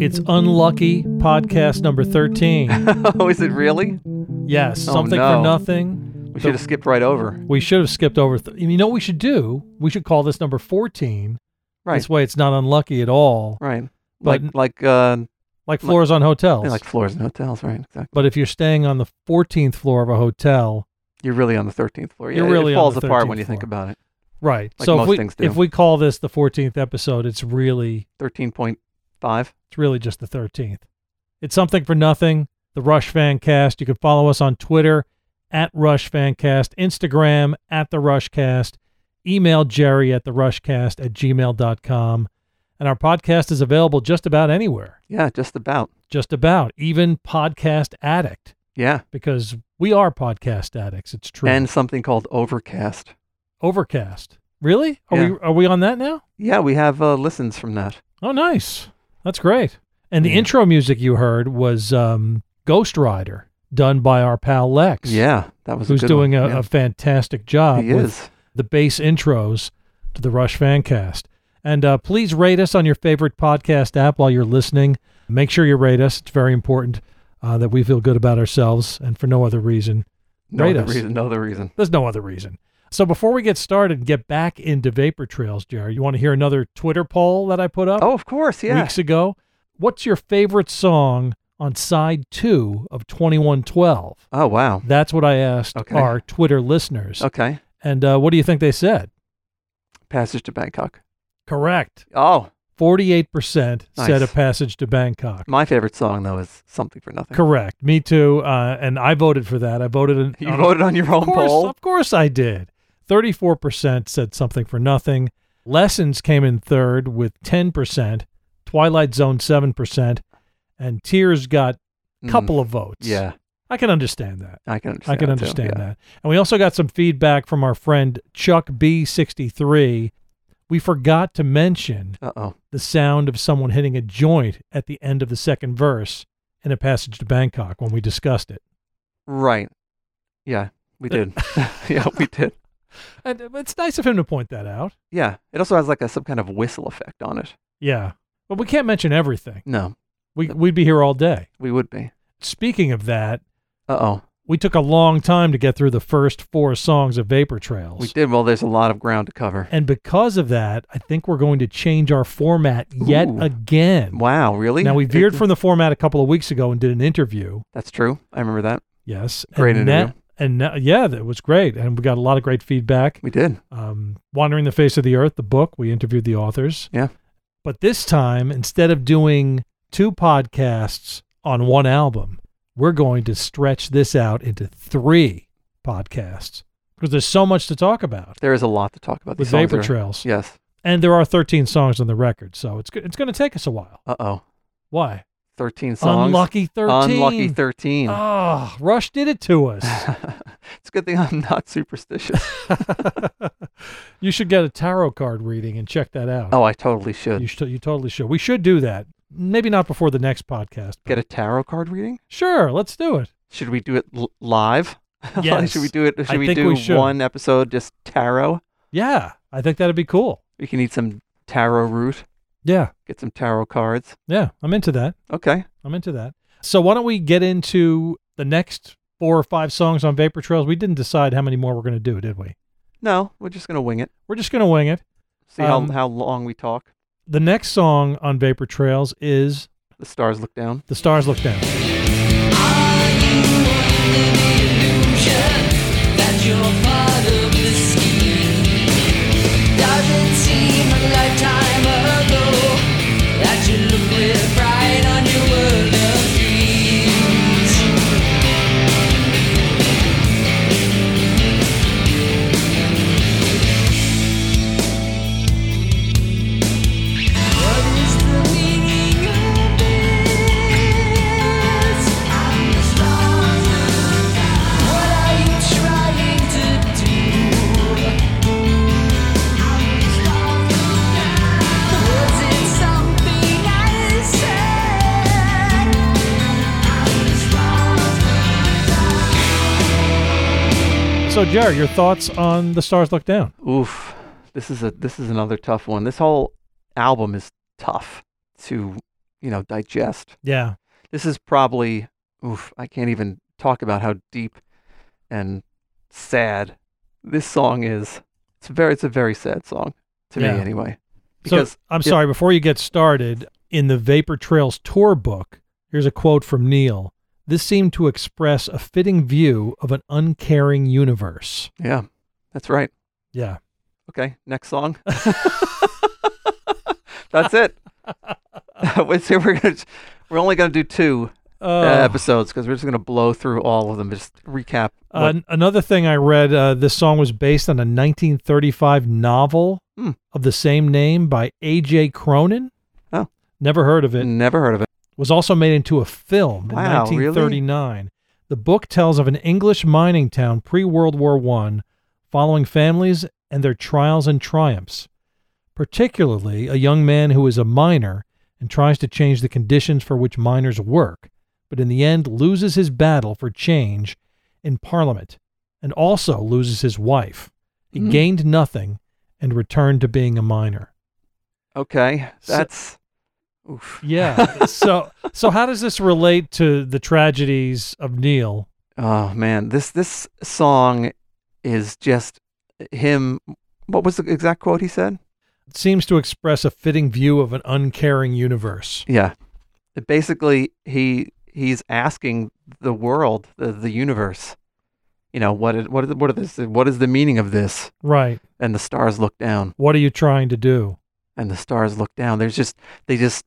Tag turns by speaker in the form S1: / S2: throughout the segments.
S1: It's Unlucky Podcast number 13.
S2: oh, is it really?
S1: Mm-hmm. yes,
S2: Oh,
S1: Something
S2: no.
S1: for Nothing.
S2: We should have skipped right over.
S1: We should have skipped over. Th- you know what we should do? We should call this number 14.
S2: Right.
S1: This way it's not unlucky at all.
S2: Right.
S1: But-
S2: like like uh
S1: Like floors on hotels.
S2: yeah, like floors and hotels, right? Exactly.
S1: but if you're staying on the 14th floor of a hotel,
S2: You're really on the 13th floor.
S1: You're
S2: Yeah,
S1: really
S2: it
S1: on
S2: falls
S1: the
S2: apart when
S1: 13th
S2: you think
S1: floor.
S2: about it.
S1: right.
S2: Like
S1: so
S2: most
S1: if we
S2: things do.
S1: if we call this the 14th episode, it's really
S2: 13.5.
S1: It's really just the 13th. It's something for nothing. The Rush Fan Cast. You can follow us on Twitter at Rush Fan Cast, Instagram at The Rush Cast, email Jerry at The Rushcast at gmail.com. And our podcast is available just about anywhere,
S2: Yeah, just about.
S1: just about, even Podcast Addict,
S2: Yeah.
S1: because we are podcast addicts. It's true.
S2: And something called Overcast.
S1: Overcast. Really? Are
S2: Yeah.
S1: we are we on that now?
S2: Yeah, we have uh, listens from that.
S1: Oh, nice. That's great. And the
S2: Yeah.
S1: intro music you heard was um, Ghost Rider, done by our pal Lex.
S2: Yeah, that was
S1: Who's
S2: a good
S1: doing
S2: one.
S1: a,
S2: yeah.
S1: a fantastic job
S2: He
S1: with
S2: is.
S1: the bass intros to the Rush Fancast. And uh, please rate us on your favorite podcast app while you're listening. Make sure you rate us. It's very important uh, that we feel good about ourselves and for no other reason.
S2: No
S1: rate
S2: other
S1: us.
S2: reason. No other reason.
S1: There's no other reason. So before we get started and get back into Vapor Trails, Jared, you want to hear another Twitter poll that I put up?
S2: Oh, of course. Yeah.
S1: weeks ago. What's your favorite song on side two of 2112?
S2: Oh, wow.
S1: That's what I asked
S2: Okay.
S1: our Twitter listeners.
S2: Okay.
S1: And uh, what do you think they said?
S2: Passage to Bangkok.
S1: Correct.
S2: Oh,
S1: 48% said
S2: Nice. Mm,
S1: A Passage to Bangkok.
S2: my favorite song, though, is Something for Nothing.
S1: Correct. Me too. Uh, and I voted for that. I voted. In, uh,
S2: You voted on your
S1: of
S2: own
S1: course,
S2: poll.
S1: Of course I did. 34% said Something for Nothing. Lessons came in third with 10%. Twilight Zone 7%. And Tears got a
S2: Mm,
S1: couple of votes.
S2: Yeah,
S1: I can understand that.
S2: I can
S1: I can
S2: understand. that, too,
S1: understand
S2: yeah.
S1: that. And we also got some feedback from our friend Chuck B63. We forgot to mention
S2: Uh oh.
S1: the sound of someone hitting a joint at the end of the second verse in a passage to Bangkok when we discussed it.
S2: Right. Yeah, we did. yeah, we did.
S1: And uh, it's nice of him to point that out.
S2: Yeah. It also has like a some kind of whistle effect on it.
S1: Yeah. But we can't mention everything.
S2: No,
S1: We, we'd be here all day.
S2: we would be.
S1: Speaking of that,
S2: Uh oh.
S1: we took a long time to get through the first four songs of Vapor Trails.
S2: We did. Well, there's a lot of ground to cover.
S1: And because of that, I think we're going to change our format yet
S2: Ooh.
S1: again.
S2: Wow, really?
S1: Now we
S2: It-
S1: veered from the format a couple of weeks ago and did an interview.
S2: That's true. I remember that.
S1: Yes,
S2: Great
S1: and
S2: interview.
S1: that- and that- yeah, that was great, and we got a lot of great feedback.
S2: We did.
S1: Um, Wandering the Face of the Earth, the book, we interviewed the authors.
S2: Yeah.
S1: But this time, instead of doing two podcasts on one album, we're going to stretch this out into three podcasts because there's so much to talk about
S2: There is a lot to talk about.
S1: with
S2: These songs
S1: Vapor
S2: are-
S1: Trails.
S2: Yes.
S1: and there are 13 songs on the record, so it's go- it's going to take us a while.
S2: Uh oh.
S1: Why?
S2: 13 songs.
S1: Unlucky 13.
S2: Unlucky 13.
S1: Oh, Rush did it to us.
S2: it's a good thing I'm not superstitious.
S1: you should get a tarot card reading and check that out.
S2: oh, I totally should.
S1: you should, you totally should. We should do that. Maybe not before the next podcast. but-
S2: Get a tarot card reading?
S1: sure, let's do it.
S2: Should we do it l- live? Like,
S1: Yes.
S2: should we do it? Should we
S1: think
S2: do
S1: we should.
S2: one episode just tarot?
S1: Yeah, I think that'd be cool.
S2: We can eat some tarot root.
S1: Yeah,
S2: Get some tarot cards.
S1: yeah, I'm into that.
S2: Okay.
S1: I'm into that. So why don't we get into the next four or five songs on Vapor Trails? We didn't decide how many more we're going to do, did we?
S2: No, we're just gonna wing it.
S1: We're just going to wing it.
S2: See how
S1: Um,
S2: how long we talk.
S1: The next song on Vapor Trails is
S2: The stars look down.
S1: The Stars Look Down.
S3: that you're part of the scheme. Doesn't seem a lifetime ago that you looked with pride on your world of dreams. What is the meaning of this? I'm the stars look down. What are you trying to do? I'm the stars look down. Was it something I said? I'm the stars look down.
S1: So, Jared, your thoughts on The Stars Look Down?
S2: Oof. This is a this is another tough one. This whole album is tough to you know, digest.
S1: Yeah.
S2: This is probably, oof, I can't even talk about how deep and sad this song is. It's very, it's a very sad song to
S1: Yeah.
S2: me anyway. Because
S1: so I'm
S2: yeah.
S1: sorry, before you get started, in the Vapor Trails tour book, here's a quote from Neil. This seemed to express a fitting view of an uncaring universe.
S2: yeah, that's right.
S1: Yeah.
S2: Okay, next song. That's it. we see we're gonna, we're only gonna do two uh,
S1: Uh,
S2: episodes because we're just gonna blow through all of them. Just recap.
S1: uh,
S2: what-
S1: an- another thing I read uh, this song was based on a 1935 novel
S2: Hmm.
S1: of the same name by A.J. Cronin.
S2: Oh.
S1: Never heard of it.
S2: never heard of it.
S1: was also made into a film in
S2: Wow, really?
S1: 1939. The book tells of an English mining town pre World War I, following families and their trials and triumphs, particularly a young man who is a miner and tries to change the conditions for which miners work, but in the end loses his battle for change in Parliament and also loses his wife. He
S2: Hmm.
S1: gained nothing and returned to being a miner.
S2: Okay,
S1: So-
S2: that's. oof.
S1: Yeah. so so how does this relate to the tragedies of Neil?
S2: Oh man, this this song is just him. What was the exact quote he said?
S1: It seems to express a fitting view of an uncaring universe.
S2: Yeah. Basically, he he's asking the world, the, the universe, you know, what is what is what is this? What is the meaning of this?
S1: Right.
S2: And the stars look down,
S1: What are you trying to do?
S2: and the stars look down. There's just they just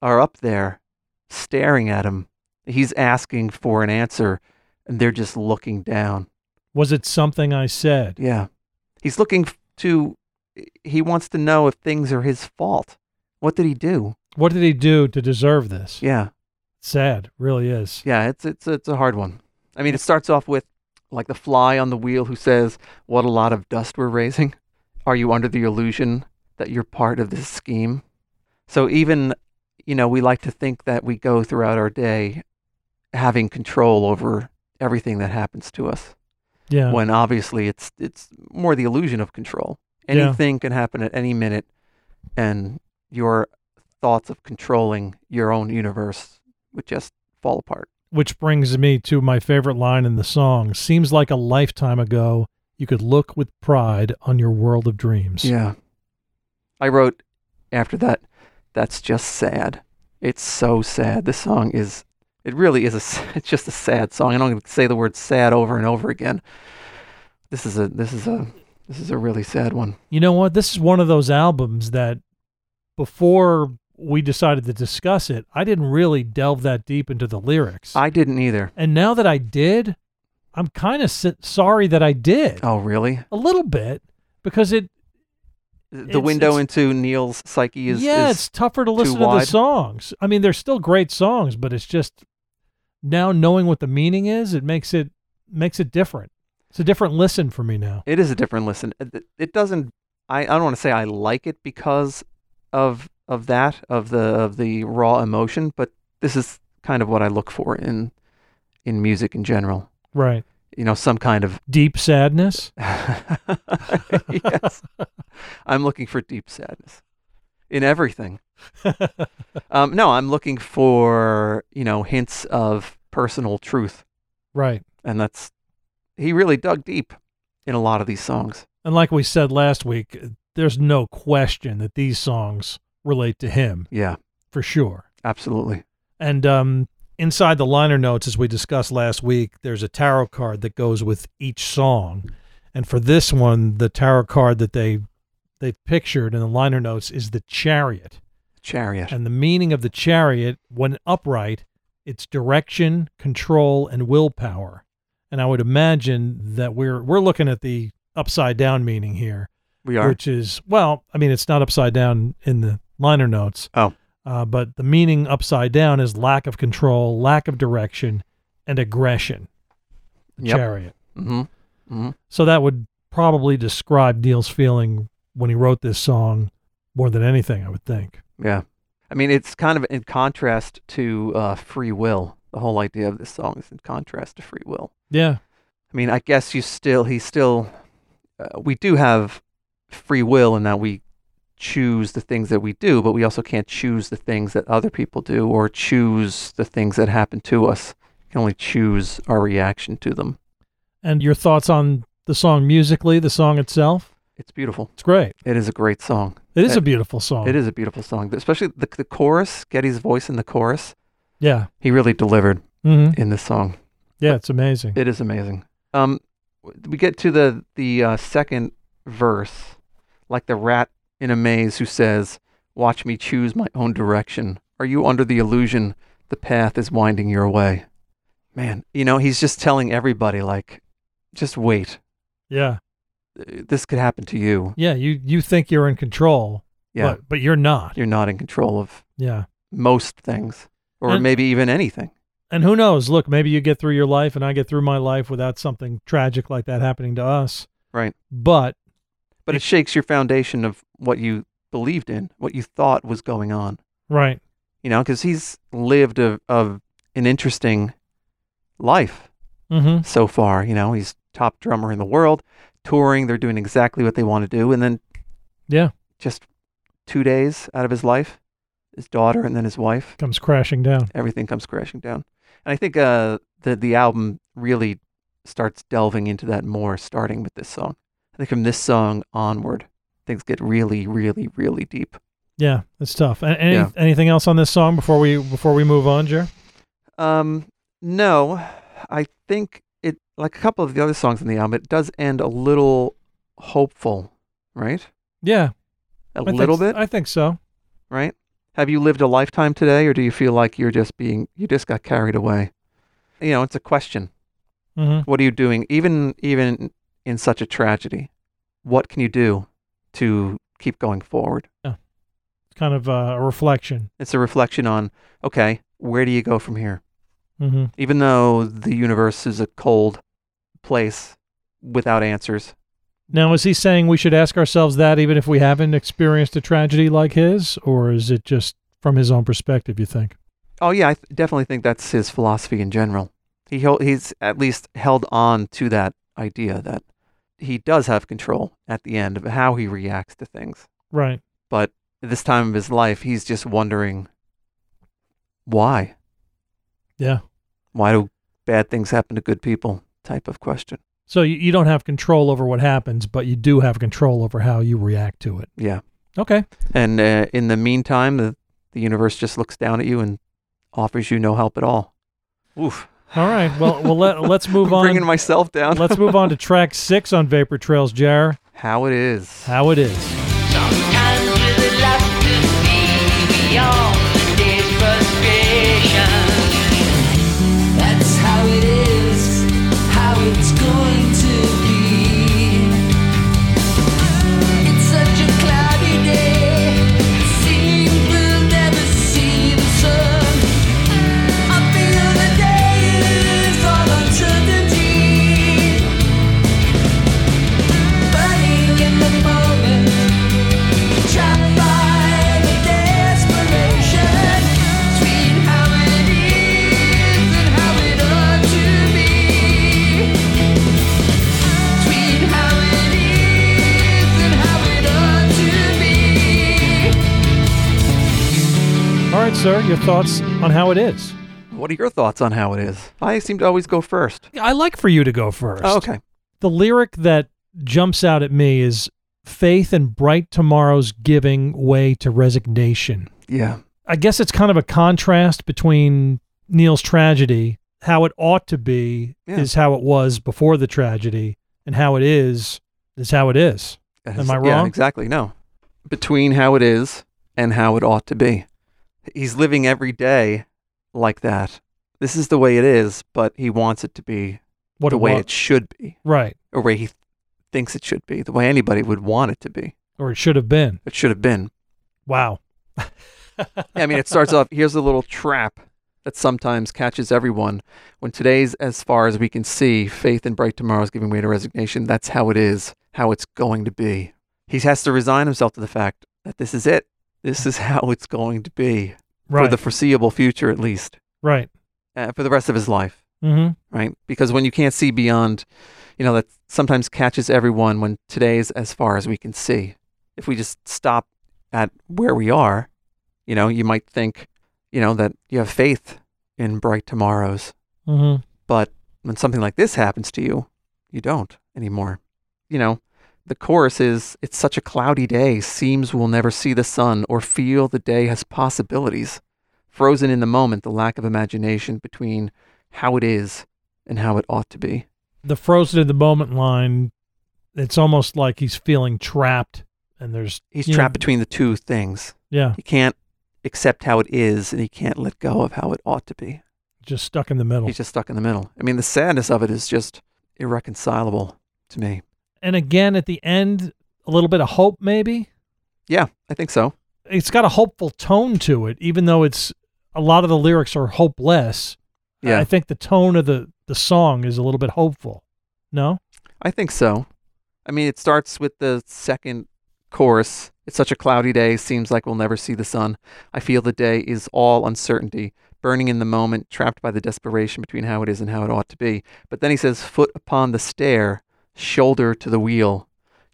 S2: are up there, staring at him. He's asking for an answer, and they're just looking down.
S1: Was it something I said?
S2: Yeah, he's looking f- to. He wants to know if things are his fault. What did he do?
S1: What did he do to deserve this?
S2: Yeah.
S1: Sad, really is.
S2: Yeah, it's it's it's a hard one. I mean, it starts off with like the fly on the wheel who says, "What a lot of dust we're raising." Are you under the illusion that you're part of this scheme? So even, you know, we like to think that we go throughout our day having control over everything that happens to us,
S1: Yeah.
S2: when obviously it's it's more the illusion of control.
S1: Yeah.
S2: Anything can happen at any minute, and your thoughts of controlling your own universe would just fall apart.
S1: Which brings me to my favorite line in the song. Seems like a lifetime ago you could look with pride on your world of dreams.
S2: Yeah. I wrote after that, that's just sad. It's so sad. This song is, it really is a, s- it's just a sad song. And I'm going to say the word sad over and over again. This is a, this is a, this is a really sad one.
S1: You know what? This is one of those albums that before we decided to discuss it, I didn't really delve that deep into the lyrics.
S2: I didn't either.
S1: and now that I did, I'm kind of si- sorry that I did
S2: Oh, really?
S1: a little bit because it
S2: The
S1: It's-
S2: window
S1: it's-
S2: into Neil's psyche is,
S1: yeah,
S2: is
S1: it's tougher to listen to the
S2: wide.
S1: songs. I mean, they're still great songs, but it's just now knowing what the meaning is, it makes it makes it different. It's a different listen for me now.
S2: it is a different listen. It- it- It doesn't. I, I don't want to say I like it because of of that of the of the raw emotion, but this is kind of what I look for in in music in general.
S1: Right.
S2: You know, some kind of
S1: Deep sadness.
S2: yes. I'm looking for deep sadness in everything. Um, no, I'm looking for you know hints of personal truth,
S1: right.
S2: and that's he really dug deep in a lot of these songs.
S1: And like we said last week, there's no question that these songs relate to him
S2: Yeah,
S1: for sure.
S2: absolutely.
S1: And um, inside the liner notes, as we discussed last week, there's a tarot card that goes with each song. And for this one, the tarot card that they they've pictured in the liner notes is the chariot.
S2: Chariot.
S1: And the meaning of the chariot, when upright, it's direction, control, and willpower. And I would imagine that we're we're looking at the upside down meaning here
S2: we are.
S1: which is well, I mean, it's not upside down in the liner notes.
S2: Oh.
S1: uh, but the meaning upside down is lack of control, lack of direction, and aggression. The
S2: Yep.
S1: chariot.
S2: Mm-hmm. Mm-hmm.
S1: So that would probably describe Neil's feeling when he wrote this song more than anything, I would think.
S2: Yeah. I mean, it's kind of in contrast to uh, free will. The whole idea of this song is in contrast to free will.
S1: Yeah,
S2: I mean, I guess you still, he still, uh, we do have free will in that we choose the things that we do, but we also can't choose the things that other people do or choose the things that happen to us. We can only choose our reaction to them.
S1: And your thoughts on the song musically, the song itself?
S2: It's beautiful.
S1: It's great.
S2: It is a great song.
S1: It is
S2: It-
S1: a beautiful song.
S2: It is a beautiful song, especially the, the chorus, Getty's voice in the chorus.
S1: Yeah.
S2: He really delivered
S1: hmm
S2: in this song.
S1: Yeah, it's amazing.
S2: It is amazing. Um, w- we get to the the uh, second verse, like the rat in a maze who says, "Watch me choose my own direction. Are you under the illusion the path is winding your way?" Man, you know he's just telling everybody like, just wait.
S1: yeah.
S2: Uh, This could happen to you.
S1: Yeah, you you think you're in control,
S2: Yeah,
S1: but but you're not.
S2: you're not in control of
S1: Yeah.
S2: most things, or
S1: And-
S2: maybe even anything.
S1: And who knows? Look, maybe you get through your life and I get through my life without something tragic like that happening to us.
S2: Right.
S1: But
S2: But it shakes your foundation of what you believed in, what you thought was going on.
S1: right.
S2: you know, because he's lived a, of an interesting life
S1: Mhm.
S2: so far. You know, he's top drummer in the world, touring. They're doing exactly what they want to do, and then
S1: Yeah.
S2: just two days out of his life, his daughter and then his wife,
S1: Comes crashing down.
S2: everything comes crashing down. And I think uh, the the album really starts delving into that more, starting with this song. I think from this song onward, things get really, really, really deep.
S1: Yeah, it's tough. A- Any,
S2: Yeah.
S1: Anything else on this song before we before we move on, Jer?
S2: Um, no, I think it like a couple of the other songs in the album. It does end a little hopeful, right?
S1: Yeah,
S2: A
S1: I think
S2: little
S1: s-
S2: bit,
S1: I think so.
S2: right? Have you lived a lifetime today, or do you feel like you're just being you just got carried away? You know, it's a question.
S1: hmm
S2: What are you doing, even even in such a tragedy? What can you do to keep going forward?
S1: Kind of uh, a reflection.
S2: It's a reflection on okay, where do you go from here?
S1: hmm
S2: even though the universe is a cold place without answers.
S1: Now, is he saying we should ask ourselves that even if we haven't experienced a tragedy like his, or is it just from his own perspective? You think?
S2: Oh yeah, I th- definitely think that's his philosophy in general. He hel- he's at least held on to that idea that he does have control at the end of how he reacts to things.
S1: Right.
S2: But at this time of his life, he's just wondering why?
S1: Yeah.
S2: Why do bad things happen to good people? Type of question.
S1: So you, you don't have control over what happens, but you do have control over how you react to it.
S2: Yeah.
S1: Okay.
S2: And uh, in the meantime, the, the universe just looks down at you and offers you no help at all. Oof.
S1: All right. Well, well let, let's move
S2: I'm
S1: on.
S2: bringing myself down.
S1: let's move on to track six on Vapor Trails, Jar.
S2: How it is.
S1: How it is.
S3: Sometimes really life could be beyond the day's frustration. That's how it is, how it's going to be. It's such a cloudy day. It seems we'll never see the sun. I feel the day is all uncertainty. Burning in the moment. Trapped by the desperation, between how it is and how it ought to be, between how it is and how it ought to be.
S1: All right, sir. Your thoughts on how it is?
S2: What are your thoughts on how it is? I seem to always go first.
S1: I like for you to go first.
S2: Oh, okay.
S1: The lyric that jumps out at me is faith and bright tomorrows giving way to resignation.
S2: Yeah.
S1: I guess it's kind of a contrast between Neil's tragedy, how it ought to be
S2: Yeah.
S1: is how it was before the tragedy, and how it is is how it is.
S2: That
S1: Am
S2: is-
S1: I
S2: Yeah,
S1: wrong?
S2: exactly. No. Between how it is and how it ought to be. He's living every day like that. This is the way it is, but he wants it to be
S1: What
S2: the
S1: it
S2: way
S1: wa-
S2: it should be,
S1: right,
S2: or way he th- thinks it should be, the way anybody would want it to be.
S1: or it should have been.
S2: It should have been.
S1: Wow.
S2: Yeah, I mean, it starts off here's a little trap that sometimes catches everyone. When today's as far as we can see, faith in bright tomorrows giving way to resignation, that's how it is, how it's going to be. He has to resign himself to the fact that this is it. This is how it's going to be
S1: Right.
S2: for the foreseeable future, at least,
S1: right.
S2: uh, for the rest of his life,
S1: Mm-hmm.
S2: right? Because when you can't see beyond, you know, that sometimes catches everyone when today's as far as we can see. If we just stop at where we are, you know, you might think, you know, that you have faith in bright tomorrows.
S1: hmm
S2: But when something like this happens to you, you don't anymore. You know, the chorus is It's such a cloudy day, seems we'll never see the sun or feel the day has possibilities. Frozen in the moment, the lack of imagination between how it is and how it ought to be.
S1: The frozen in the moment line, it's almost like he's feeling trapped, and there's
S2: He's
S1: you know,
S2: trapped between the two things.
S1: Yeah,
S2: He can't accept how it is and he can't let go of how it ought to be.
S1: just stuck in the middle.
S2: He's just stuck in the middle. I mean, the sadness of it is just irreconcilable to me.
S1: and again, at the end, a little bit of hope, maybe.
S2: Yeah, I think so.
S1: It's got a hopeful tone to it, even though it's a lot of the lyrics are hopeless. I-
S2: Yeah.
S1: I think the tone of the the song is a little bit hopeful. No,
S2: I think so. I mean, it starts with the second chorus. It's such a cloudy day, seems like we'll never see the sun. I feel the day is all uncertainty, burning in the moment, trapped by the desperation between how it is and how it ought to be. But then he says, foot upon the stair, shoulder to the wheel.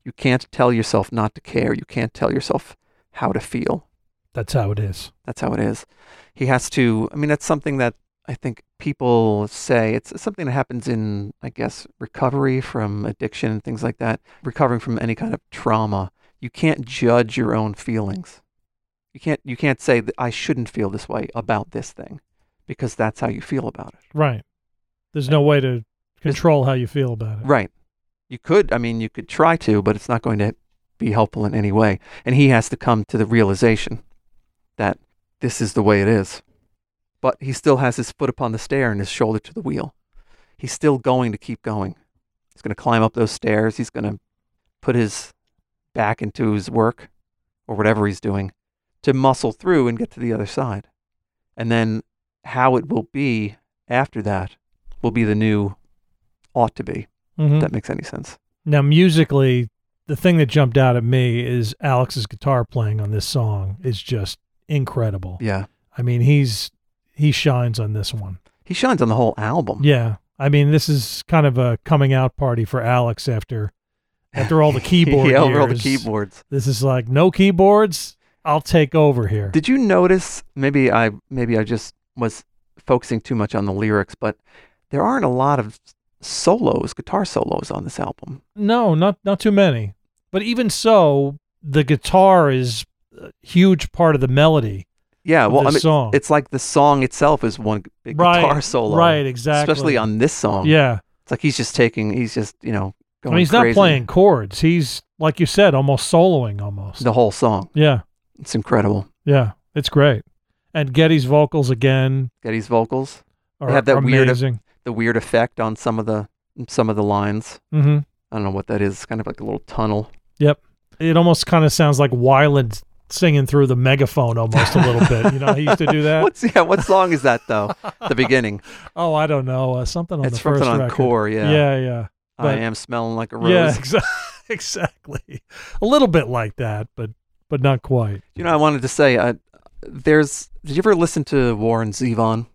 S2: You can't tell yourself not to care. You can't tell yourself how to feel.
S1: that's how it is.
S2: That's how it is. He has to. I mean, that's something that I think people say. It's something that happens in, I guess, recovery from addiction and things like that. Recovering from any kind of trauma, you can't judge your own feelings. You can't. You can't say that I shouldn't feel this way about this thing, because that's how you feel about it.
S1: Right. There's no way to control how you feel about it.
S2: Right. You could. I mean, you could try to, but it's not going to be helpful in any way. And he has to come to the realization that this is the way it is. But he still has his foot upon the stair and his shoulder to the wheel. He's still going to keep going. He's going to climb up those stairs. He's going to put his back into his work or whatever he's doing to muscle through and get to the other side. And then how it will be after that will be the new ought to be
S1: Mhm.
S2: that makes any sense.
S1: Now, musically, the thing that jumped out at me is Alex's guitar playing on this song is just incredible.
S2: Yeah.
S1: I mean, he's he shines on this one.
S2: He shines on the whole album.
S1: Yeah. I mean, this is kind of a coming out party for Alex after after all the keyboard
S2: yeah, over all the
S1: years.
S2: keyboards.
S1: This is like no keyboards. I'll take over here.
S2: Did you notice maybe I maybe I just was focusing too much on the lyrics, but there aren't a lot of solos, guitar solos on this album.
S1: No, not not too many. But even so, the guitar is a huge part of the melody.
S2: Yeah,
S1: Of
S2: well,
S1: this
S2: I mean,
S1: song.
S2: it's like the song itself is one big
S1: Right,
S2: guitar solo.
S1: right, exactly.
S2: Especially on this song.
S1: Yeah.
S2: It's like he's just taking, he's just, you know,
S1: I
S2: Oh, going
S1: mean, he's
S2: crazy
S1: not playing chords. He's like you said, almost soloing almost.
S2: the whole song.
S1: Yeah.
S2: It's incredible.
S1: Yeah. It's great. And Getty's vocals again
S2: Getty's vocals,
S1: are
S2: They have that weird-
S1: amazing.
S2: the weird effect on some of the some of the lines.
S1: hmm
S2: I don't know what that is. It's kind of like a little tunnel.
S1: Yep. It almost kind of sounds like Wyland singing through the megaphone almost a little bit. Uh, You know, how he used to do that.
S2: What's yeah? What song is that though? The beginning.
S1: Oh, I don't know. Uh, something on
S2: it's
S1: the first
S2: something on
S1: record.
S2: Core. Yeah.
S1: Yeah. Yeah.
S2: I
S1: but-
S2: am smelling like a rose.
S1: Yeah, exa- exactly. A little bit like that, but but not quite.
S2: You know, I wanted to say, I, there's. Did you ever listen to Warren Zevon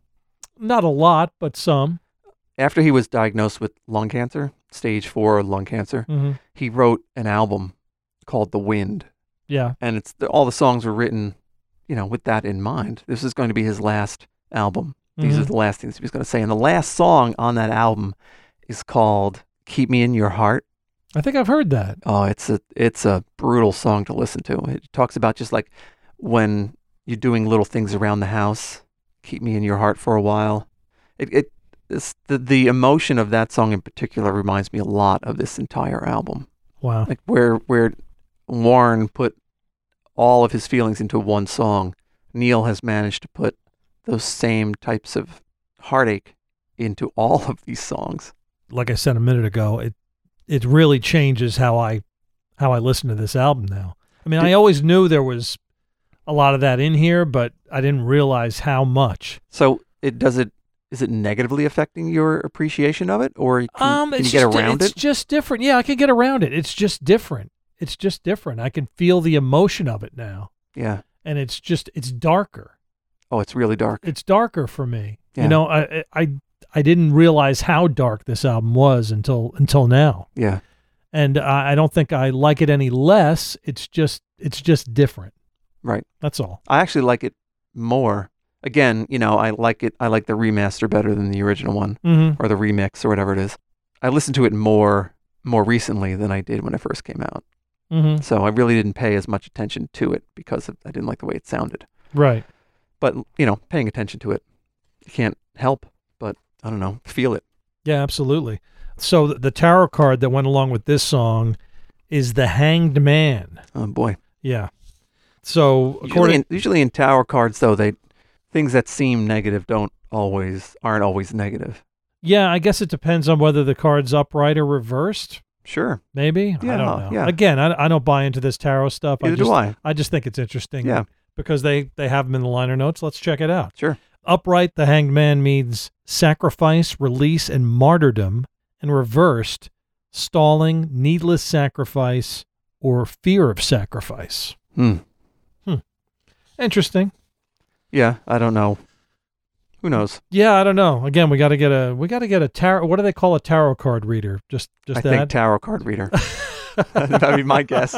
S1: Not a lot, but some.
S2: after he was diagnosed with lung cancer, stage four lung cancer?
S1: hmm
S2: He wrote an album called The Wind,
S1: Yeah.
S2: and it's the, all the songs were written, you know, with that in mind. This is going to be his last album. These are
S1: Mhm.
S2: the last things he was going to say, and the last song on that album is called "Keep Me in Your Heart."
S1: I think I've heard that.
S2: Oh, it's a it's a brutal song to listen to. It talks about just like when you're doing little things around the house, keep me in your heart for a while. It it it's the the emotion of that song in particular reminds me a lot of this entire album.
S1: Wow.
S2: Like where where Warren put all of his feelings into one song, Neil has managed to put those same types of heartache into all of these songs.
S1: Like I said a minute ago, it it really changes how I how I listen to this album now. I mean, I
S2: Did-
S1: always knew there was a lot of that in here, but I didn't realize how much.
S2: So it does it is it negatively affecting your appreciation of it, or can, can
S1: Um, it's
S2: you get
S1: just,
S2: around
S1: it's
S2: it?
S1: just different. Yeah, I can get around it. It's just different. It's just different. I can feel the emotion of it now,
S2: Yeah.
S1: and it's just it's darker.
S2: Oh, it's really dark.
S1: it's darker for me.
S2: Yeah.
S1: You know, I I I didn't realize how dark this album was until until now,
S2: Yeah.
S1: and I, I don't think I like it any less. It's just it's just different.
S2: Right.
S1: That's all.
S2: I actually like it more. Again, you know, I like it. I like the remaster better than the original one
S1: Mm-hmm.
S2: or the remix or whatever it is. I listened to it more more recently than I did when it first came out.
S1: Mm-hmm.
S2: So I really didn't pay as much attention to it because of, I didn't like the way it sounded.
S1: Right.
S2: But you know, paying attention to it, you can't help but I don't know, feel it.
S1: Yeah, absolutely. So th- the tarot card that went along with this song is the Hanged Man.
S2: Oh boy.
S1: Yeah. So
S2: Usually
S1: according
S2: in, usually in tower cards though, they things that seem negative don't always aren't always negative.
S1: Yeah, I guess it depends on whether the card's upright or reversed.
S2: Sure.
S1: Maybe I
S2: Yeah,
S1: don't know.
S2: yeah.
S1: Again, I, I don't buy into this tarot stuff. I
S2: Neither
S1: just,
S2: do I.
S1: I just think it's interesting.
S2: Yeah.
S1: Because they they have them in the liner notes. Let's check it out.
S2: Sure.
S1: Upright, the hanged man means sacrifice, release, and martyrdom, and reversed, stalling, needless sacrifice, or fear of sacrifice.
S2: Hmm.
S1: Interesting.
S2: Yeah, I don't know. Who knows?
S1: Yeah, I don't know. Again, we got to get a we got to get a tarot. What do they call a tarot card reader? Just just
S2: I think
S1: that.
S2: tarot card reader. That'd be my guess.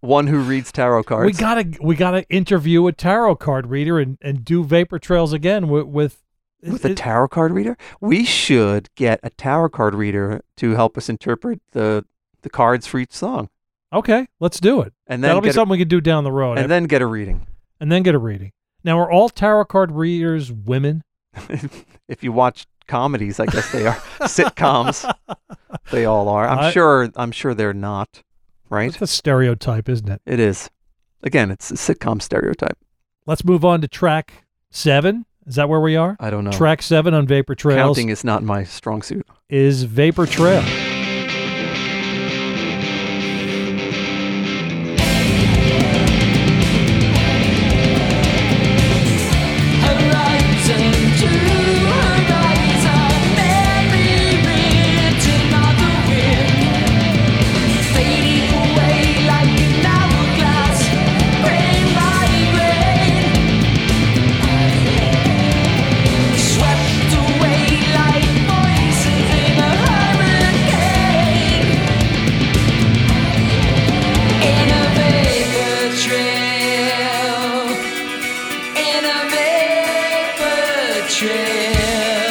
S2: One who reads tarot cards.
S1: We gotta we gotta interview a tarot card reader and, and do vapor trails again with with,
S2: with a tarot card reader? We should get a tarot card reader to help us interpret the the cards for each song,
S1: okay. Let's do it.
S2: and then
S1: That'll be
S2: get a,
S1: something we can do down the road,
S2: and then get a reading.
S1: and then get a reading. Now, are all tarot card readers women?
S2: if you watch comedies, I guess they are sitcoms. They all are. I'm
S1: I-
S2: sure. I'm sure they're not. Right?
S1: That's a stereotype, isn't it?
S2: It is. Again, it's a sitcom stereotype.
S1: Let's move on to track seven. Is that where we are?
S2: I don't know.
S1: Track seven on Vapor Trails
S2: Counting is not my strong suit.
S1: is Vapor Trail.
S3: Horizon to horizon, memory written on the wind, fading away like an hourglass, grain by grain, swept away like voices in a hurricane, in a vapor trail. In a vapor trail.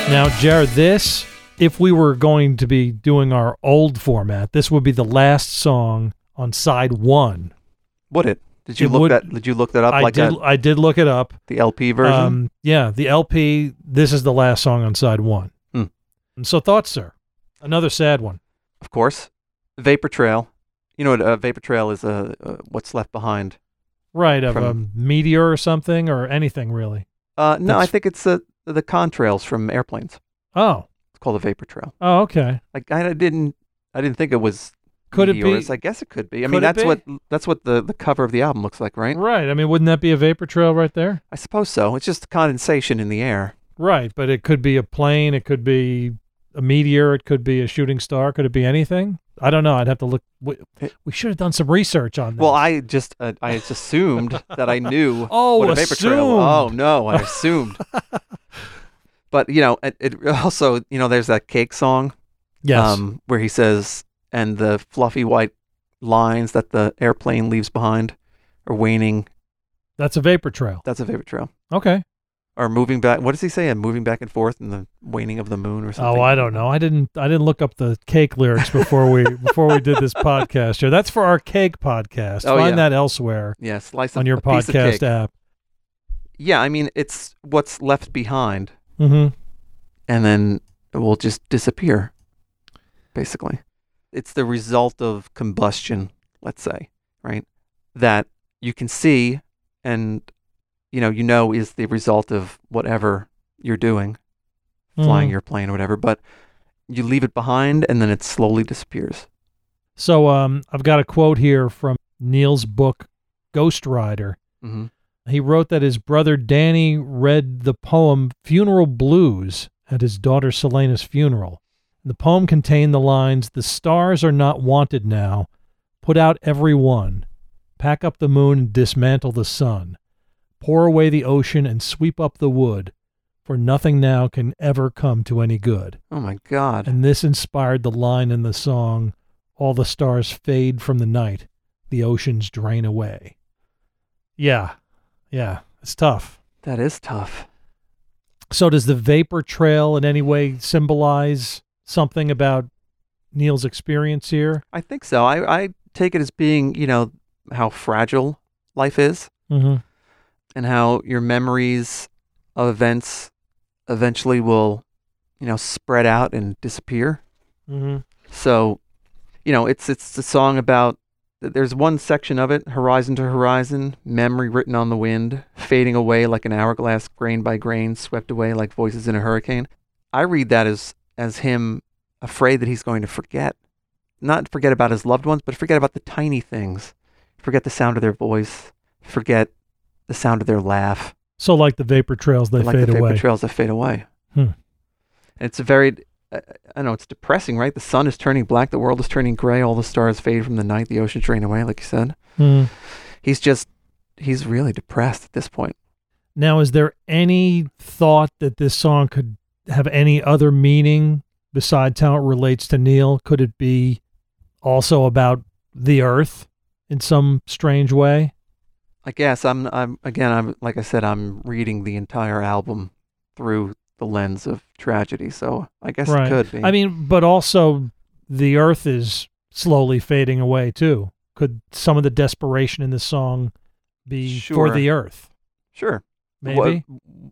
S1: Now, Jared, this, if we were going to be doing our old format, this would be the last song on side one.
S2: Would it? Did you
S1: It
S2: look
S1: would-
S2: that? Did you look that up
S1: I
S2: like
S1: did.
S2: that?
S1: I did look it up.
S2: The LP version.
S1: Um, yeah, the LP. This is the last song on side one.
S2: Hmm.
S1: And so, thoughts, sir? Another sad one.
S2: of course. Vapor Trail. You know what a vapor trail is? A, uh what's left behind.
S1: Right, of
S2: From-
S1: a meteor or something or anything really.
S2: Uh, no, I
S1: That's-
S2: think it's the the contrails from airplanes.
S1: Oh,
S2: It's called a vapor trail.
S1: oh, okay.
S2: Like I didn't, I didn't think it was.
S1: Could
S2: meteors.
S1: it
S2: I guess it could be. I
S1: could
S2: mean,
S1: it
S2: that's
S1: be?
S2: what that's what the the cover of the album looks like,
S1: be?
S2: right?
S1: Right. I mean, wouldn't that be a vapor trail right there?
S2: I suppose so. It's just condensation in the air.
S1: Right, but it could be a plane. It could be a meteor. It could be a shooting star. Could it be anything? I don't know. I'd have to look. We,
S2: It-
S1: we should have done some research on this.
S2: Well, I just uh, I just assumed that I knew
S1: Oh,
S2: what a vapor trail. Oh
S1: assumed.
S2: no, I assumed. but you know, it, it also you know, there's that cake song.
S1: yes.
S2: um, where he says, and the fluffy white lines that the airplane leaves behind are waning.
S1: that's a vapor trail.
S2: That's a vapor trail.
S1: Okay.
S2: Or moving back. What does he say? And moving back and forth in the waning of the moon or something.
S1: Oh, I don't know. I didn't. I didn't look up the cake lyrics before we before we did this podcast. Here, that's for our cake podcast.
S2: Oh,
S1: Find
S2: yeah.
S1: that elsewhere
S2: Yeah, slice
S1: on
S2: of-
S1: your
S2: a piece of
S1: podcast
S2: cake.
S1: app.
S2: Yeah, I mean it's what's left behind,
S1: Mm-hmm.
S2: and then it will just disappear. Basically, it's the result of combustion. Let's say, right, that you can see, and you know, you know, is the result of whatever you're doing.
S1: Mm-hmm.
S2: flying your plane or whatever, but you leave it behind and then it slowly disappears.
S1: So um, I've got a quote here from Neil's book, Ghost Rider.
S2: Mm-hmm.
S1: He wrote that his brother Danny read the poem Funeral Blues at his daughter Selena's funeral. The poem contained the lines The stars are not wanted now. Put out every one. Pack up the moon and dismantle the sun. Pour away the ocean and sweep up the wood, for nothing now can ever come to any good.
S2: Oh my God.
S1: And this inspired the line in the song All the stars fade from the night, the oceans drain away. Yeah. Yeah. It's tough.
S2: That is tough.
S1: So does the vapor trail in any way symbolize something about Neil's experience here?
S2: I think so. I, I take it as being, you know, how fragile life is
S1: Mm-hmm.
S2: and how your memories of events eventually will, you know, spread out and disappear.
S1: Mm-hmm.
S2: So, you know, it's it's a song about there's one section of it, horizon to horizon, memory written on the wind, fading away like an hourglass, grain by grain, swept away like voices in a hurricane. I read that as as him afraid that he's going to forget. Not forget about his loved ones, but forget about the tiny things. Forget the sound of their voice, forget the sound of their laugh,
S1: So like the vapor trails, they
S2: like
S1: fade
S2: the vapor
S1: away.
S2: trails that fade away.
S1: Hmm.
S2: It's a very, I I know it's depressing, right? The sun is turning black, the world is turning gray, all the stars fade from the night, the ocean drain away, like you said.
S1: Mhm.
S2: He's just, he's really depressed at this point.
S1: Now, is there any thought that this song could have any other meaning besides how it relates to Neil? Could it be also about the earth in some strange way?
S2: I guess I'm, I'm again, I'm like I said, I'm reading the entire album through the lens of tragedy, so I guess
S1: Right.
S2: it could be.
S1: I mean, but also the earth is slowly fading away too. Could some of the desperation in this song be
S2: Sure.
S1: for the earth?
S2: sure,
S1: Maybe.
S2: What,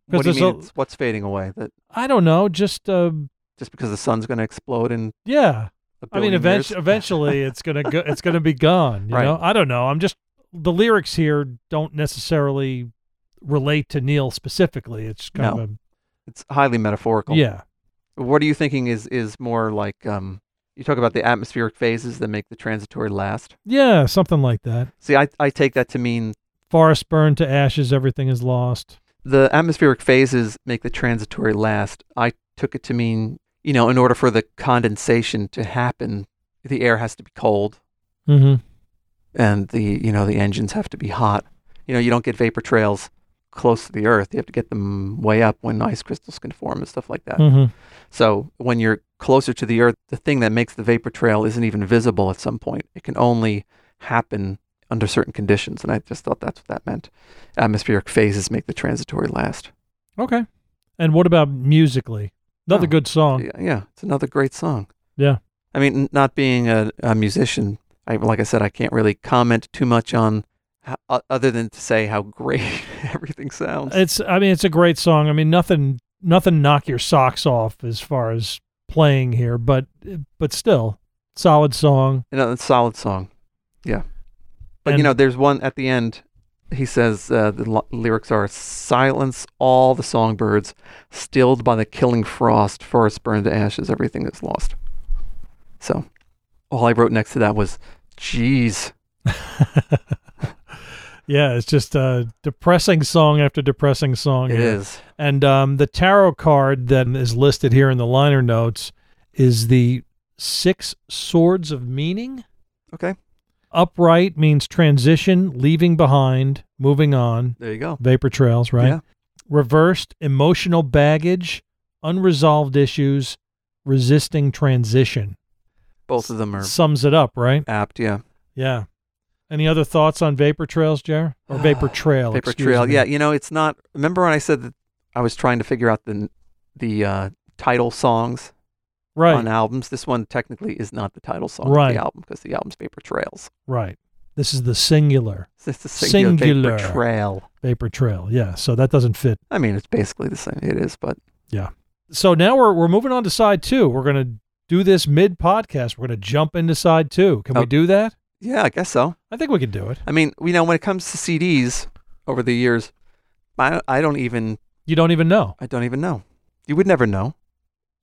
S2: what do
S1: there's
S2: you mean?
S1: a-
S2: it's- what's fading away? That
S1: I don't know. Just, uh,
S2: just because the sun's going to explode in
S1: yeah.
S2: a
S1: I mean,
S2: billion years?
S1: eventually, eventually, it's gonna go. It's gonna be gone. You
S2: Right.
S1: know, I don't know. I'm just the lyrics here don't necessarily relate to Neil specifically. It's kind
S2: No.
S1: of
S2: it's highly
S1: a,
S2: metaphorical.
S1: yeah,
S2: What are you thinking is is more like um you talk about the atmospheric phases that make the transitory last.
S1: yeah, something like that.
S2: See, I I take that to mean
S1: Forest burned to ashes. Everything is lost.
S2: the atmospheric phases make the transitory last. I took it to mean, you know, in order for the condensation to happen, the air has to be cold
S1: Mm-hmm.
S2: and the, you know, the engines have to be hot. You know, you don't get vapor trails close to the earth. You have to get them way up when ice crystals can form and stuff like that.
S1: Mm-hmm.
S2: So when you're closer to the Earth, the thing that makes the vapor trail isn't even visible at some point. It can only happen under certain conditions. And I just thought that's what that meant. Atmospheric phases make the transitory last.
S1: Okay. And what about musically? Another
S2: Oh,
S1: good song.
S2: Yeah, yeah, it's another great song.
S1: Yeah.
S2: I mean, n- not being a, a musician, I, like I said, I can't really comment too much on how, o- other than to say how great everything sounds.
S1: It's. I mean, it's a great song. I mean, nothing. Nothing knock your socks off as far as playing here, but but still, solid song.
S2: You know, it's a solid song. Yeah. But you
S1: And-
S2: know, there's one at the end. He says uh, the l- lyrics are silence all the songbirds, stilled by the killing frost, forest burned to ashes, everything is lost. So, all I wrote next to that was, "Jeez,
S1: Yeah, it's just a depressing song after depressing song.
S2: it is."
S1: here. And um, the tarot card that is listed here in the liner notes is the Six Swords of Meaning.
S2: Okay,
S1: Upright means transition, leaving behind, moving on,
S2: there you go.
S1: vapor trails, right?
S2: Yeah.
S1: Reversed, emotional baggage, unresolved issues, resisting transition.
S2: Both of them are
S1: Sums it up, right?
S2: apt. Yeah,
S1: Yeah. Any other thoughts on vapor trails, Jer? Or vapor trail?
S2: paper
S1: excuse
S2: trail.
S1: me.
S2: Yeah, you know, it's not. Remember when I said that I was trying to figure out the n- the uh, title songs
S1: Right.
S2: on albums. This one technically is not the title song of
S1: Right.
S2: the album because the album's Paper Trails.
S1: Right. This is the singular
S2: So It's a singular,
S1: Singular.
S2: Paper Trail.
S1: vapor trail. Yeah. So that doesn't fit.
S2: I mean, it's basically the same. It is, but
S1: So now we're we're moving on to side two. We're gonna do this mid podcast. We're gonna jump into side two. Can
S2: Oh.
S1: we do that?
S2: yeah, I guess so.
S1: I think we can do it.
S2: I mean, you know, when it comes to CDs over the years, I, I don't even
S1: You don't even know.
S2: I don't even know. You would never know.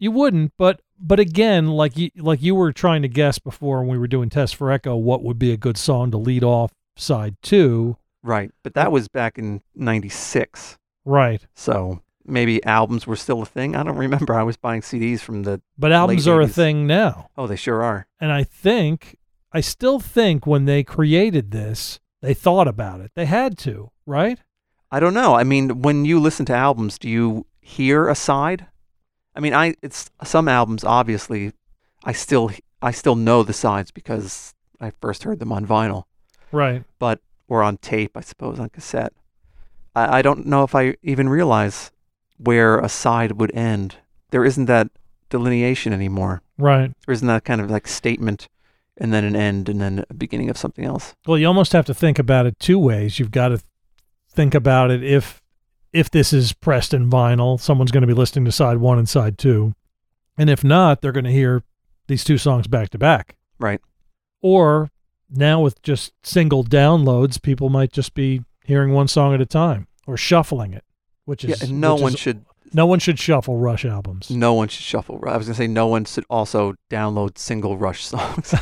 S1: You wouldn't, but but again, like you like you were trying to guess before when we were doing Test for Echo, what would be a good song to lead off side two.
S2: Right. But that was back in 96.
S1: Right.
S2: So maybe albums were still a thing. I don't remember. I was buying CDs from the,
S1: But albums
S2: Late
S1: are a
S2: 80s.
S1: thing now.
S2: oh, they sure are.
S1: And I think, I still think when they created this, they thought about it. They had to, right?
S2: I don't know. I mean, when you listen to albums, do you hear a side? I mean, I it's some albums obviously I still I still know the sides because I first heard them on vinyl.
S1: Right.
S2: But or on tape, I suppose, on cassette. I, I don't know if I even realize where a side would end. There isn't that delineation anymore.
S1: Right.
S2: There isn't that kind of like statement and then an end and then a beginning of something else.
S1: Well, you almost have to think about it two ways. You've got to think about it if if this is pressed in vinyl, someone's going to be listening to side 1 and side 2. And if not, they're going to hear these two songs back to back.
S2: Right.
S1: Or now with just single downloads, people might just be hearing one song at a time or shuffling it, which is
S2: yeah, and no
S1: which
S2: one
S1: is-
S2: should
S1: no one should shuffle Rush albums.
S2: no one should shuffle. I was gonna say no one should also download single Rush songs.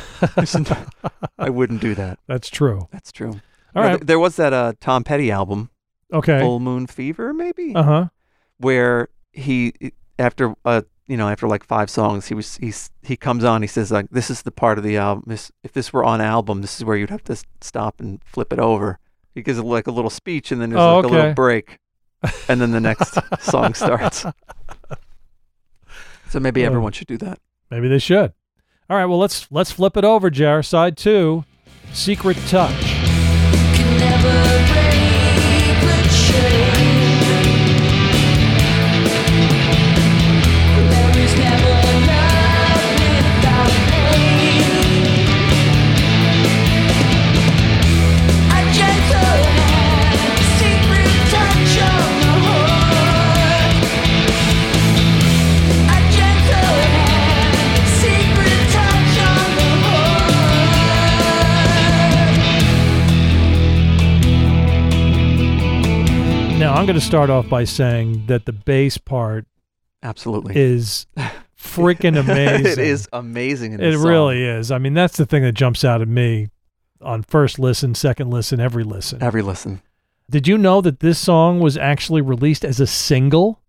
S2: I wouldn't do that.
S1: That's true.
S2: That's true.
S1: All
S2: Or
S1: right.
S2: th- there was that uh, Tom Petty album,
S1: Okay.
S2: Full Moon Fever, maybe,
S1: Uh huh.
S2: where he after uh you know after like five songs he was he's he comes on he says like this is the part of the album this, if this were on album this is where you'd have to s- stop and flip it over he gives like a little speech and then there's
S1: Oh,
S2: like a
S1: okay.
S2: little break and then the next song starts so maybe
S1: Oh.
S2: everyone should do that
S1: Maybe they should. All right. Well, let's let's flip it over, Jar. Side two, Secret Touch.
S3: Can never break the chain. There is never love without pain. A gentle hand, secret touch on the heart. A gentle hand, secret touch on the heart.
S1: Now, I'm going to start off by saying that the bass part
S2: absolutely
S1: is freaking amazing.
S2: it is amazing in
S1: It
S2: this song.
S1: really is. I mean, that's the thing that jumps out at me on first listen, second listen, every listen.
S2: every listen
S1: Did you know that this song was actually released as a single?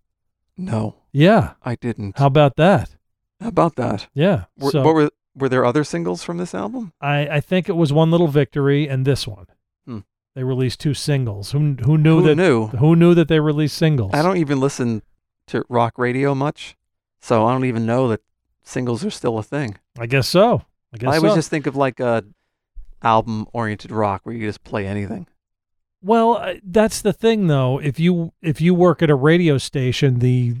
S2: no
S1: Yeah.
S2: i didn't
S1: How about that?
S2: How about that
S1: Yeah.
S2: were,
S1: so
S2: what were were there other singles from this album
S1: I, I think it was One Little Victory and this one.
S2: Hmm.
S1: They released two singles. Who who knew
S2: Who
S1: that
S2: knew?
S1: who knew that they released singles?
S2: I don't even listen to rock radio much, so I don't even know that singles are still a thing.
S1: I guess so. I guess so.
S2: I always just think of like a album-oriented rock where you just play anything.
S1: Well, uh, that's the thing though. If you if you work at a radio station, the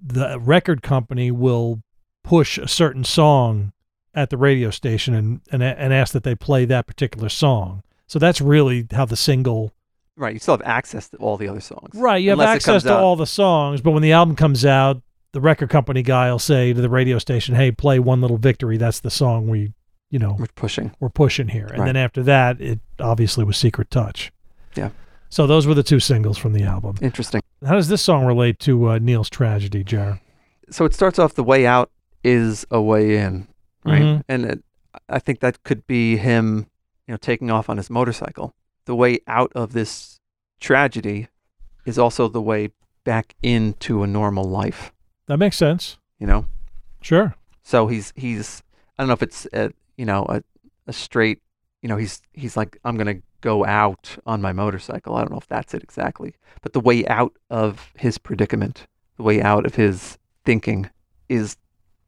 S1: the record company will push a certain song at the radio station and and, a- and ask that they play that particular song. So that's really how the single
S2: Right, you still have access to all the other songs.
S1: Right, you have
S2: Unless it
S1: access
S2: comes
S1: to
S2: out-
S1: all the songs, but when the album comes out, the record company guy will say to the radio station, "Hey, play One Little Victory. That's the song we, you know,
S2: We're pushing.
S1: we're pushing here." And
S2: Right.
S1: then after that, it obviously was Secret Touch.
S2: Yeah.
S1: So those were the two singles from the album.
S2: Interesting.
S1: How does this song relate to uh, Neil's tragedy, Jar?
S2: So it starts off the way out is a way in, right?
S1: Mhm.
S2: And it, I think that could be him, you know, taking off on his motorcycle. The way out of this tragedy is also the way back into a normal life,
S1: That makes sense.
S2: you know?
S1: Sure.
S2: So he's he's I don't know if it's a, you know a a straight you know he's he's like I'm gonna go out on my motorcycle. I don't know if that's it exactly, but the way out of his predicament, the way out of his thinking, is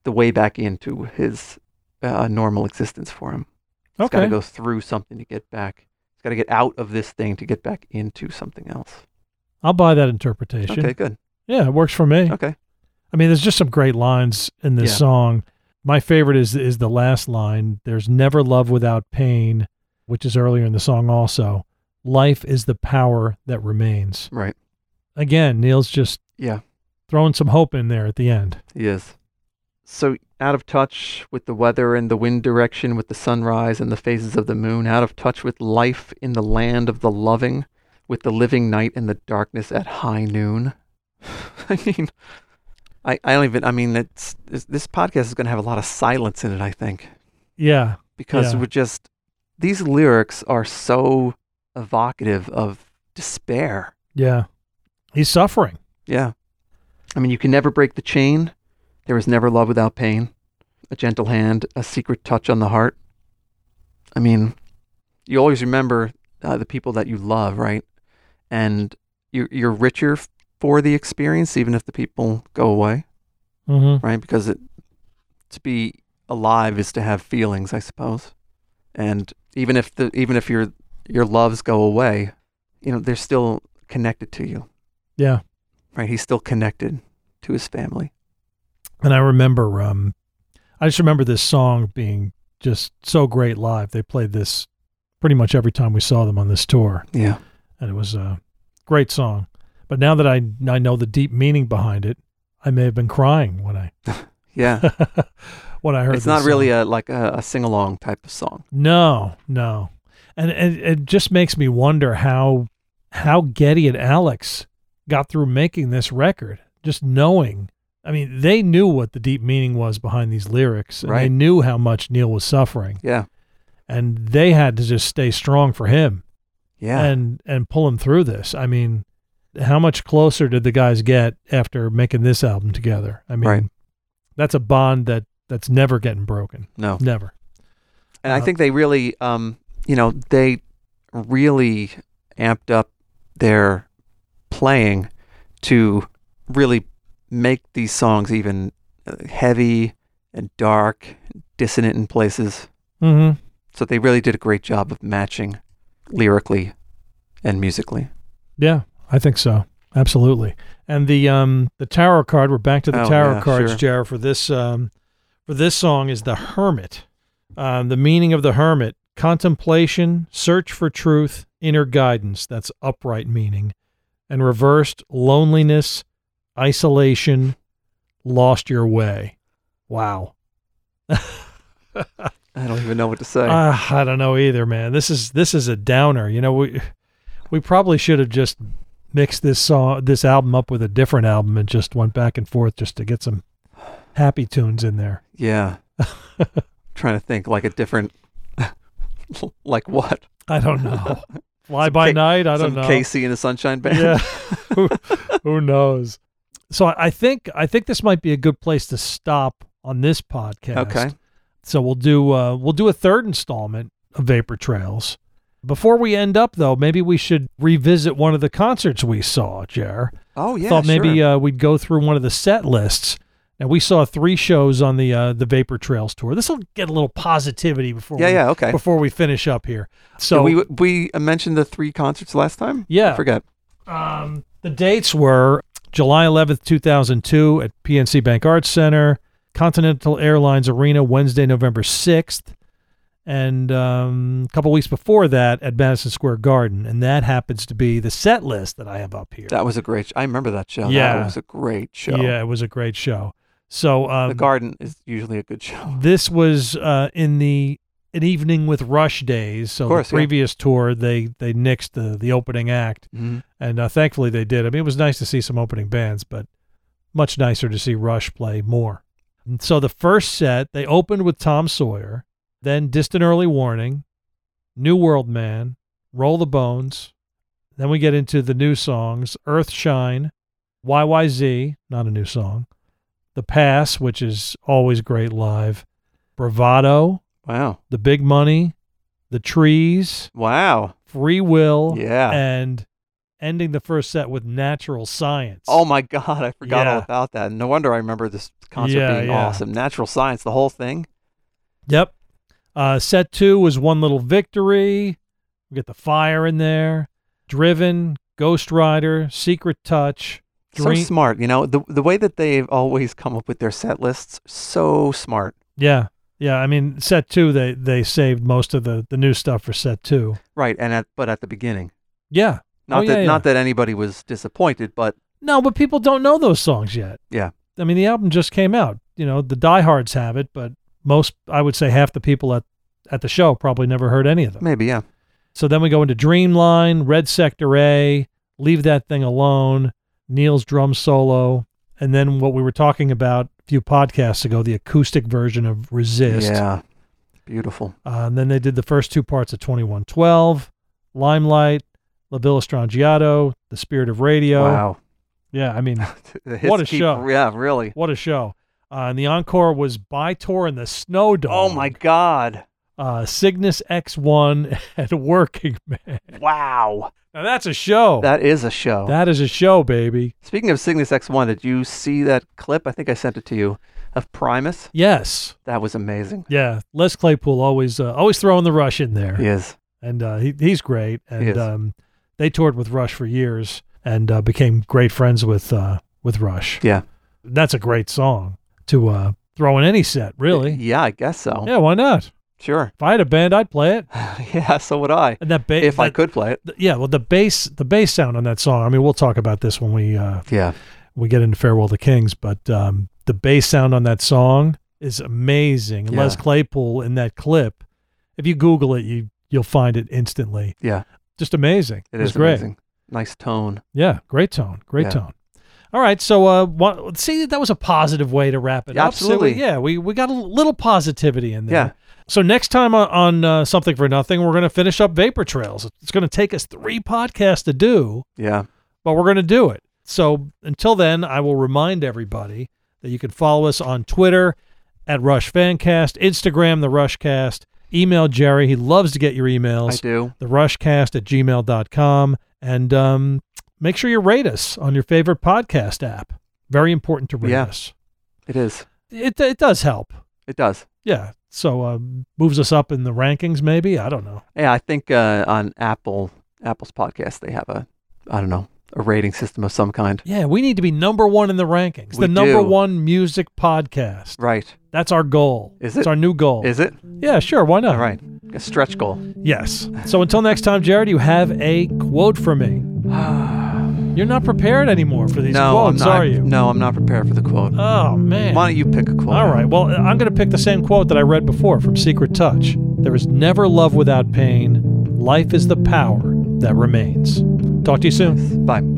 S2: the way back into his uh, normal existence for him. He's got
S1: Okay.
S2: to go through something to get back. He's got to get out of this thing to get back into something else.
S1: I'll buy that interpretation.
S2: Okay, good.
S1: Yeah, it works for me.
S2: Okay,
S1: I mean, there's just some great lines in this
S2: Yeah.
S1: song. My favorite is is the last line. There's never love without pain, which is earlier in the song also. Life is the power that remains.
S2: right.
S1: Again, Neil's just
S2: Yeah.
S1: throwing some hope in there at the end.
S2: He is. So out of touch with the weather and the wind direction, with the sunrise and the phases of the moon, out of touch with life in the land of the loving, with the living night and the darkness at high noon. I mean, I, I don't even, I mean, it's, this, this podcast is going to have a lot of silence in it, I think,
S1: Yeah.
S2: because
S1: Yeah.
S2: we're just, these lyrics are so evocative of despair.
S1: Yeah. He's suffering.
S2: Yeah. I mean, you can never break the chain. There is never love without pain. A gentle hand, a secret touch on the heart. I mean, you always remember uh, the people that you love, right? And you're, you're richer f- for the experience, even if the people go away,
S1: Mm-hmm.
S2: right? Because it, to be alive is to have feelings, I suppose. And even if the even if you're your loves go away, you know, they're still connected to you,
S1: Yeah.
S2: right? He's still connected to his family.
S1: And I remember, um, I just remember this song being just so great live. They played this pretty much every time we saw them on this tour.
S2: Yeah.
S1: and it was a great song. But now that I, I know the deep meaning behind it, I may have been crying when I
S2: Yeah.
S1: when I heard.
S2: it's not really a like a, a sing along type of song.
S1: no, no, and, and it just makes me wonder how how Getty and Alex got through making this record. Just knowing, I mean, they knew what the deep meaning was behind these lyrics, and they
S2: Right.
S1: knew how much Neil was suffering,
S2: Yeah.
S1: and they had to just stay strong for him.
S2: Yeah.
S1: and and pull him through this. I mean, how much closer did the guys get after making this album together? I mean,
S2: Right.
S1: that's a bond that that's never getting broken,
S2: no.
S1: never.
S2: And I
S1: Uh,
S2: think they really, um, you know, they really amped up their playing to really make these songs even uh, heavy and dark, dissonant in places.
S1: Mm-hmm.
S2: So they really did a great job of matching lyrically and musically.
S1: Yeah, I think so. Absolutely. And the um the tarot card. We're back to the
S2: Oh,
S1: tarot
S2: yeah,
S1: cards,
S2: sure.
S1: Jar. For this um for this song is the hermit. Um, the meaning of the hermit: contemplation, search for truth, inner guidance. That's upright meaning. And reversed: loneliness, isolation, lost your way. Wow.
S2: I don't even know what to say.
S1: Uh, I don't know either, man. This is this is a downer. You know, we we probably should have just mixed this song, this album up with a different album, and just went back and forth just to get some happy tunes in there.
S2: yeah. trying to think like a different, like what?
S1: I don't know. Fly
S2: Some
S1: by
S2: Ca-
S1: night. I don't
S2: Some
S1: know.
S2: Casey and the Sunshine Band.
S1: Yeah. who, who knows? So I, I think I think this might be a good place to stop on this podcast.
S2: Okay.
S1: So we'll do uh, we'll do a third installment of Vapor Trails. Before we end up though, maybe we should revisit one of the concerts we saw, Jer.
S2: Oh yeah.
S1: Thought maybe
S2: sure.
S1: uh, we'd go through one of the set lists. And we saw three shows on the uh, the Vapor Trails tour. This will get a little positivity before
S2: yeah.
S1: we,
S2: Yeah. Okay.
S1: before we finish up here. So
S2: Did we we mentioned the three concerts last time.
S1: Yeah.
S2: I forgot.
S1: Um, the dates were July 11th, 2002, at PNC Bank Arts Center, Continental Airlines Arena, Wednesday, November 6th, and um, a couple weeks before that at Madison Square Garden. And that happens to be the set list that I have up here.
S2: That was a great. Sh- I remember that show.
S1: Yeah.
S2: That was a great show.
S1: Yeah, it was a great show. So um,
S2: the Garden is usually a good show.
S1: this was uh, in the an evening with Rush days. So
S2: course,
S1: the
S2: yeah.
S1: previous tour, they they nixed the the opening act.
S2: Mhm.
S1: and uh, thankfully they did. I mean, it was nice to see some opening bands, but much nicer to see Rush play more. And so the first set they opened with Tom Sawyer, then Distant Early Warning, New World Man, Roll the Bones. Then we get into the new songs: Earthshine, YYZ, not a new song, The Pass, which is always great live, Bravado,
S2: Wow.
S1: The Big Money, The Trees,
S2: Wow.
S1: Free Will,
S2: Yeah.
S1: and ending the first set with natural science.
S2: Oh my God! I forgot all
S1: Yeah.
S2: about that. No wonder I remember this concert
S1: Yeah,
S2: being
S1: yeah.
S2: awesome. Natural Science, the whole thing.
S1: yep. Uh, set two was one little victory. We get the fire in there. Driven, Ghost Rider, Secret Touch. Dream.
S2: So smart, you know the the way that they've always come up with their set lists. So smart.
S1: yeah, yeah. I mean, set two they they saved most of the the new stuff for set two.
S2: Right, and at but at the beginning,
S1: Yeah.
S2: not
S1: Oh, yeah,
S2: that
S1: yeah.
S2: not that anybody was disappointed, but
S1: No, but people don't know those songs yet.
S2: Yeah.
S1: I mean, the album just came out. You know, the diehards have it, but most I would say half the people at at the show probably never heard any of them.
S2: maybe yeah.
S1: So then we go into Dreamline, Red Sector A, Leave That Thing Alone, Neil's drum solo, and then what we were talking about a few podcasts ago, the acoustic version of Resist.
S2: Yeah. Beautiful.
S1: Uh, and then they did the first two parts of 2112, Limelight, La Villa Strangiato, The Spirit of Radio.
S2: Wow.
S1: Yeah, I mean,
S2: The
S1: What
S2: hits
S1: a show.
S2: Yeah, really.
S1: what a show. Uh, and the encore was By Tour and the Snow Dog.
S2: Oh my God.
S1: Uh, Cygnus X1 and Working Man.
S2: Wow.
S1: Now that's a show.
S2: That is a show.
S1: Oh. that is a show, baby.
S2: Speaking of Cygnus X1, did you see that clip? I think I sent it to you of Primus.
S1: Yes.
S2: That was amazing.
S1: Yeah. Les Claypool always uh, always throwing the rush in there.
S2: He is.
S1: and uh, he he's great. And
S2: is.
S1: um, they toured with Rush for years and uh, became great friends with uh, with Rush.
S2: Yeah.
S1: That's a great song to uh, throw in any set, really.
S2: Yeah, I guess so.
S1: Yeah, why not?
S2: Sure.
S1: If I had a band, I'd play it.
S2: yeah, so would I.
S1: And that bass,
S2: If I could play it.
S1: yeah. Well, the bass, the bass sound on that song. I mean, we'll talk about this when we uh,
S2: Yeah.
S1: we get into Farewell to Kings, but um, the bass sound on that song is amazing.
S2: Yeah.
S1: Les Claypool in that clip, if you Google it, you you'll find it instantly.
S2: Yeah.
S1: Just amazing.
S2: It
S1: was
S2: is
S1: great.
S2: amazing. Nice tone.
S1: Yeah, great tone, great
S2: Yeah.
S1: tone. All right, so uh, what, see that was a positive way to wrap it
S2: Yeah,
S1: up. So we-
S2: absolutely.
S1: yeah, we we got a little positivity in there.
S2: Yeah.
S1: So next time on, on uh, something for nothing, we're going to finish up Vapor Trails. It's going to take us three podcasts to do
S2: Yeah.
S1: but we're going to do it. So until then, I will remind everybody that you can follow us on Twitter at Rush Fancast, Instagram, The Rushcast, email Jerry. He loves to get your
S2: I
S1: emails,
S2: do.
S1: The Rushcast at gmail.com. And um, make sure you rate us on your favorite podcast app. Very important to rate
S2: Yeah.
S1: us.
S2: It is.
S1: It, it does help.
S2: It does.
S1: Yeah. So uh, moves us up in the rankings, maybe. I don't know.
S2: Yeah, I think uh, on Apple, Apple's podcast, they have a, I don't know, a rating system of some kind.
S1: Yeah, we need to be number one in the rankings,
S2: We
S1: the number
S2: do.
S1: one music podcast.
S2: Right.
S1: That's our goal.
S2: Is
S1: It's
S2: it?
S1: our new goal.
S2: Is it?
S1: Yeah, sure. Why not?
S2: All right. A stretch goal.
S1: Yes. So until next time, Jared, you have a quote for me. You're not prepared anymore for these
S2: no,
S1: quotes,
S2: I'm not.
S1: are you?
S2: No, I'm not prepared for the quote.
S1: Oh, man.
S2: Why don't you pick a quote?
S1: All right. Well, I'm going to pick the same quote that I read before from Secret Touch There is never love without pain. Life is the power that remains. Talk to you soon.
S2: Bye.